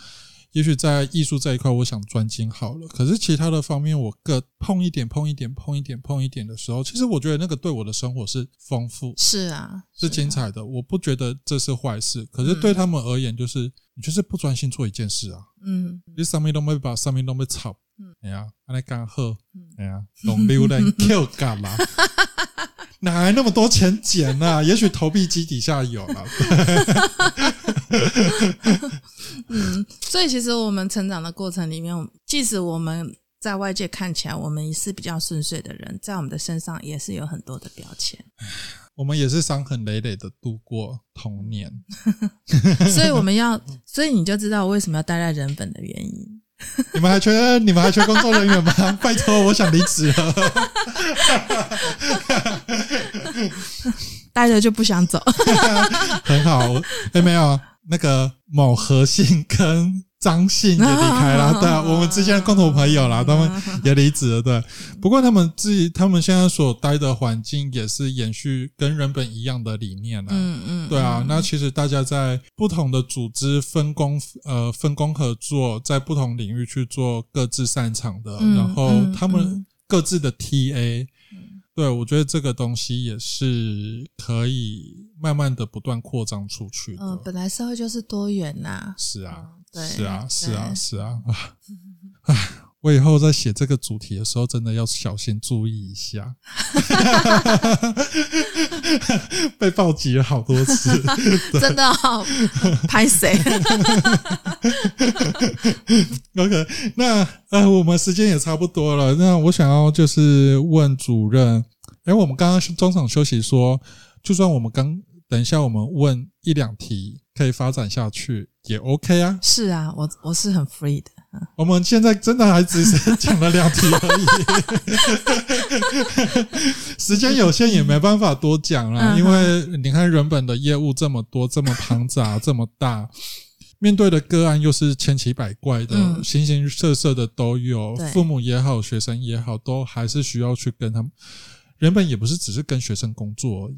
也许在艺术这一块我想专精好了，可是其他的方面我各碰一点碰一点碰一点碰一点的时候，其实我觉得那个对我的生活是丰富。
是啊，
是
啊
精彩的，我不觉得这是坏事。可是对他们而言，就是、你就是不专心做一件事啊，
嗯
你上面都没把上面都没吵
嗯，
哎呀、安尼刚好
嗯，
哎呀、懂溜人 Q 干
*laughs*
嘛？哪来那么多钱捡啊？也许投币机底下有了，
嗯，所以其实我们成长的过程里面，即使我们在外界看起来我们是比较顺遂的人，在我们的身上也是有很多的标签， *laughs*
我们也是伤痕累累的度过童年。 *laughs*
所以我们要，所以你就知道我为什么要待在人本的原因。
你们还缺你们还缺工作人员吗？ *laughs* 拜托，我想离职了。 *laughs*
待着就不想走，
很好。哎、没有啊，那个某何信跟张信也离开了，对、啊，我们之间的共同朋友啦，他们也离职了，对。不过他们自己，他们现在所待的环境也是延续跟人本一样的理念啊。
*laughs* 嗯嗯，
对啊
嗯，
那其实大家在不同的组织分工，呃，分工合作，在不同领域去做各自擅长的，
嗯
然后
嗯
他们
嗯
各自的 TA，、对我觉得这个东西也是可以慢慢的不断扩张出去的。
嗯、本来社会就是多元呐、
是啊，
嗯对
是啊，是啊，
对
是
*laughs*
啊，啊，唉我以后在写这个主题的时候，真的要小心注意一下。 *laughs* 被暴击了好多次，
真的哦， *laughs* 拍谁？
OK，那呃，我们时间也差不多了。那我想要就是问主任，哎，我们刚刚中场休息说，就算我们刚等一下我们问一两题，可以发展下去也 OK 啊。
是啊，我我是很 free 的。
我们现在真的还只是讲了两题而已，
*laughs*
时间有限，也没办法多讲啦。
嗯
因为你看人本的业务这么多，这么庞杂，这么大，面对的个案又是千奇百怪的，
嗯
形形色色的都有
对，
父母也好，学生也好，都还是需要去跟他们。人本也不是只是跟学生工作而已，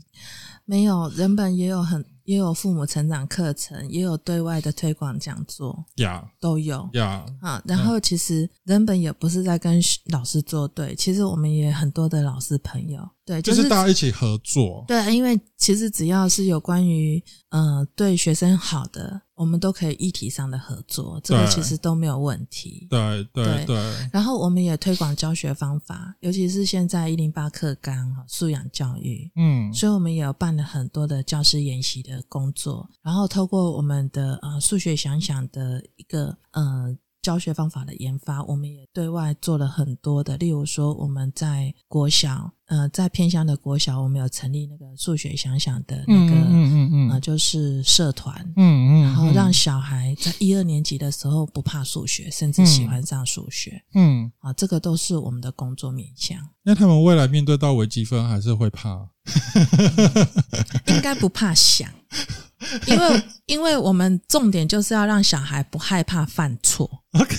没有，人本也有很也有父母成长课程，也有对外的推广讲座，
呀
都有
呀，
啊。
嗯
然后其实人本也不是在跟学老师作对，其实我们也很多的老师朋友，对，
就是是大家一起合作。
对，因为其实只要是有关于呃对学生好的，我们都可以议题上的合作，这个
对
其实都没有问题。
对对
对
对，
然后我们也推广教学方法，尤其是现在一零八课纲哈素养教育，
嗯，
所以我们也有办了很多的教师研习的工作，然后透过我们的呃数学想想的一个呃教学方法的研发，我们也对外做了很多的，例如说我们在国小，呃，在偏乡的国小，我们有成立那个数学想想的那
嗯
个、
嗯嗯
呃
嗯
就是社团。
嗯嗯，
然后
嗯
让小孩在一二年级的时候不怕数学，甚至喜欢上数学、
嗯，
啊，这个都是我们的工作面向。
那他们未来面对到微积分还是会怕，
应该不怕想，
*laughs*
因为因为我们重点就是要让小孩不害怕犯错。
OK，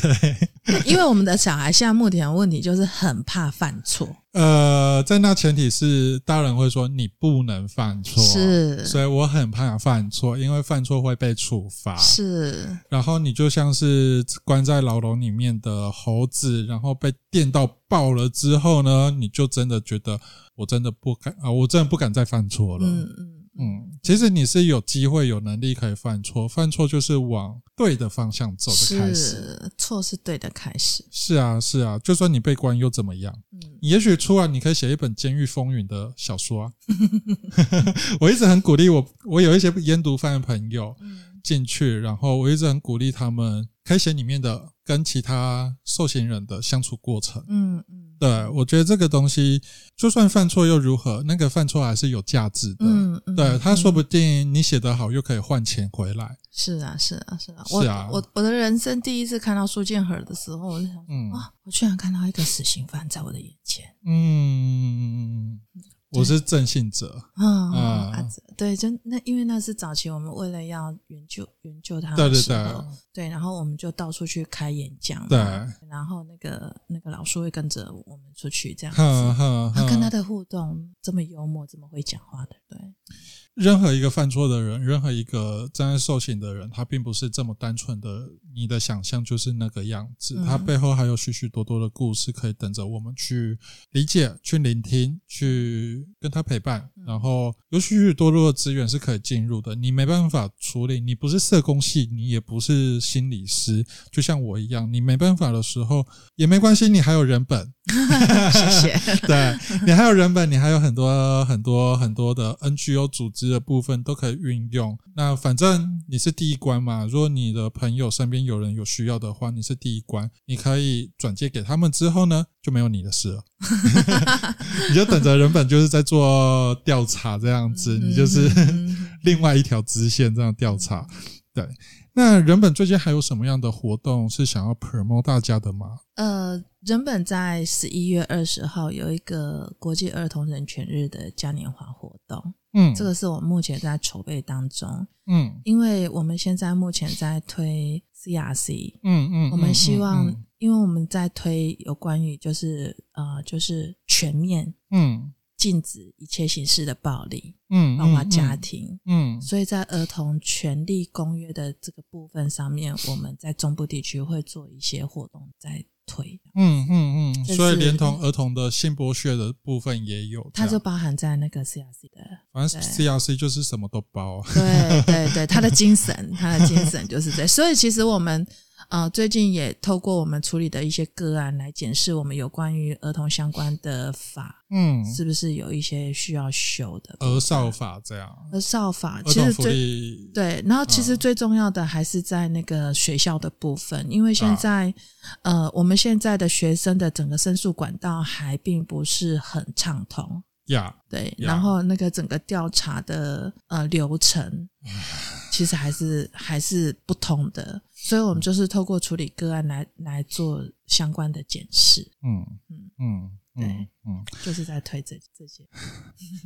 因为我们的小孩现在目前的问题就是很怕犯错，
*laughs* 呃，在那前提是大人会说你不能犯错，，
是
所以我很怕犯错，因为犯错会被处罚，
是
然后你就像是关在牢笼里面的猴子，然后被电到爆了之后呢，你就真的觉得我真的不敢啊，我真的不敢再犯错了。
嗯嗯
嗯其实你是有机会、有能力可以犯错，犯错就是往对的方向走的开始。
是错是对的开始，
是啊，是啊，就算你被关又怎么样？
嗯
你也许出来你可以写一本《监狱风云》的小说啊。 *laughs* 我一直很鼓励我，我有一些烟毒犯的朋友，
嗯
进去，然后我一直很鼓励他们可以写里面的跟其他受刑人的相处过程。
嗯嗯
对我觉得这个东西，就算犯错又如何？那个犯错还是有价值的。
嗯嗯，
对他说
嗯
不定你写得好，又可以换钱回来。
是啊是啊是啊，
是啊
我我我的人生第一次看到苏建和的时候，我就想
嗯
哇，我居然看到一个死刑犯在我的眼前。
嗯，我是正信者，
嗯，
啊
阿哲，对，就那因为那是早期我们为了要援救援救他
对
的
对
时
对
候，对然后我们就到处去开演讲嘛，
对
然后那个那个老师会跟着我们出去这样子，
哼哼
然后嗯跟
哼。
他的互动这么幽默，这么会讲话的，对，
任何一个犯错的人，任何一个正在受刑的人，他并不是这么单纯的，你的想象就是那个样子，
嗯
他背后还有许许多多的故事可以等着我们去理解、去聆听、去跟他陪伴，
嗯
然后有许许多多的资源是可以进入的，你没办法处理，你不是社工系，你也不是心理师，就像我一样，你没办法的时候也没关系，你还有人本， *laughs*
*laughs* 谢谢，
对你还有人本，你还有很多很多很多的 NGO 组织的部分都可以运用。那反正你是第一关嘛，如果你的朋友身边有人有需要的话，你是第一关，你可以转借给他们之后呢，就没有你的事
*laughs*
了。你就等着人本就是在做调查这样子，你就是
嗯
*laughs* 另外一条支线这样调查。对，那人本最近还有什么样的活动是想要 promote 大家的吗？
呃，人本在十一月二十号有一个国际儿童人权日的嘉年华活动，
嗯，
这个是我目前在筹备当中，
嗯
因为我们现在目前在推 CRC，
嗯嗯，
我们
嗯
希
嗯
望
嗯，
因为我们在推有关于就是呃，就是全面
嗯
禁止一切形式的暴力，
嗯，
包括
嗯
家，庭。
嗯
所以在《儿童权利公约》的这个部分上面，我们在中部地区会做一些活动在推，
嗯嗯嗯，
这
所以
是
连同儿童的性剥削的部分也有这
它
样，
就包含在那个 CRC 的，
反正 CRC 就是什么都包，啊
对对对，他的精神，他的精神就是这样。所以其实我们呃最近也透过我们处理的一些个案来检视我们有关于儿童相关的法
嗯，
是不是有一些需要修的？
*laughs* 儿少法这样，
而少法
嗯儿
其
童
实
福
最
利，
对，然后其实
嗯
最重要的还是在那个学校的部分，因为
啊
现在、呃，我们现在的学生的整个申诉管道还并不是很畅通。
呀，
对，
Yeah.
然后那个整个调查的呃流程，
*laughs*
其实还是还是不通的，所以我
嗯
们就是透过处理个案来来做相关的检视，
嗯
嗯
嗯
对
嗯嗯，
就是在推这这些。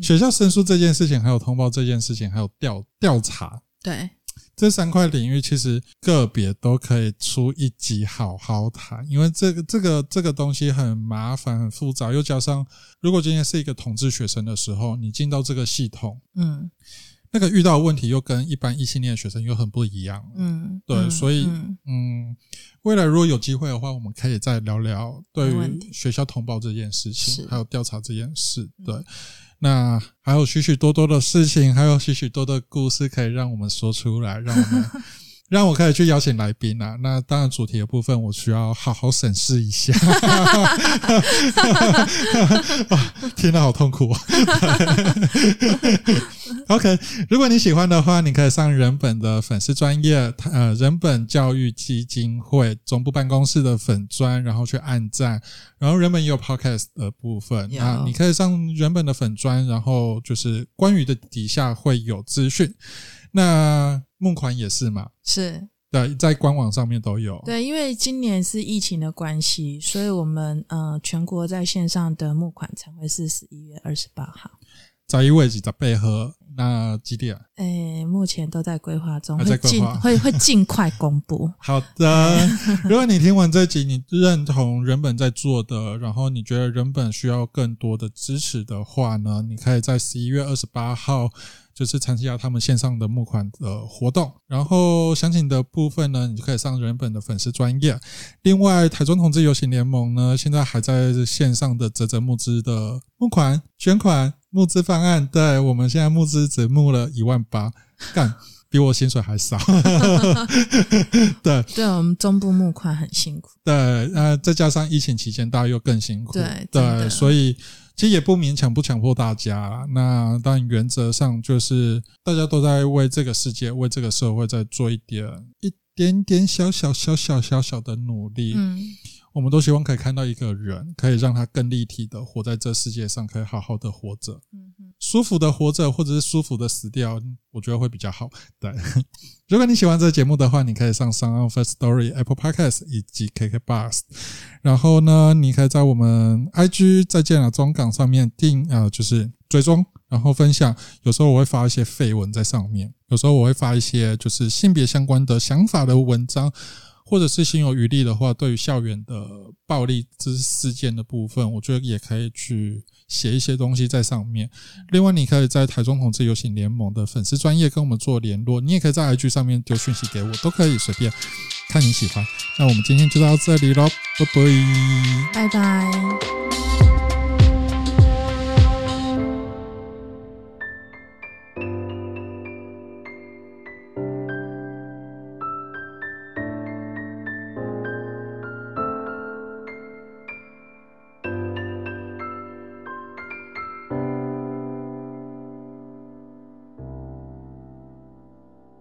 学校申诉这件事情，还有通报这件事情，还有调调查。
对，
这三块领域其实个别都可以出一集好好谈，因为这个这个这个东西很麻烦、很复杂，又加上如果今天是一个统治学生的时候，你进到这个系统，
嗯
那个遇到的问题又跟一般异性恋的学生又很不一样。
嗯，
对
嗯
所以
嗯
嗯，未来如果有机会的话，我们可以再聊聊对
没问
于
题
学校通报这件事情，
是
还有调查这件事。对
嗯，
那还
*laughs*
有许许多多的事情，还有许许多的故事可以让我们说出来，让我们让我可以去邀请来宾啊。那当然，主题的部分我需要好好审视一
*laughs*
下。 *laughs* 啊听了好痛苦、啊。OK，如果你喜欢的话，你可以上人本的粉丝专业，呃，人本教育基金会总部办公室的粉专，然后去按赞。然后人本也有 Podcast 的部分，
有
那你可以上人本的粉专，然后就是关于的底下会有资讯。那募款也是嘛，
是
对，在官网上面都有。
对，因为今年是疫情的关系，所以我们呃全国在线上的募款才会是十一月二十八号。
在一位置在配合，那几点？
诶，目前都在规划中，
还在
会
规
尽
划
会会尽快公布。
好的，如果你听完这集，你认同人本在做的，然后你觉得人本需要更多的支持的话呢，你可以在十一月二十八号，就是参加他们线上的募款的活动。然后详情的部分呢，你就可以上人本的粉丝专业。另外，台中同志游行联盟呢，现在还在线上的泽泽募资的募款、捐款、募资方案，对我们现在募资只募了一万八，干。比我薪水还少，对，
对我们中部募款很辛苦，
对，呃，再加上疫情期间，大家又更辛苦，
对真的
对，所以其实也不勉强、不强迫大家啦。那但原则上就是大家都在为这个世界、为这个社会在做一点、一点点小小、小小、小小的努力。
嗯，
我们都希望可以看到一个人，可以让他更立体的活在这世界上，可以好好的活着，
嗯哼
舒服的活着，或者是舒服的死掉，我觉得会比较好。对， *laughs* 如果你喜欢这个节目的话，你可以上 s o n First Story、Apple Podcast 以及 KK Bus。然后呢，你可以在我们 IG 再见了中港上面订啊、呃就是追踪，然后分享。有时候我会发一些绯闻在上面，有时候我会发一些就是性别相关的想法的文章。或者是心有余力的话，对于校园的暴力之事件的部分，我觉得也可以去写一些东西在上面。另外，你可以在台中同志游行联盟的粉丝专业跟我们做联络，你也可以在 IG 上面丢讯息给我，都可以随便看你喜欢。那我们今天就到这里喽，拜拜。
拜拜。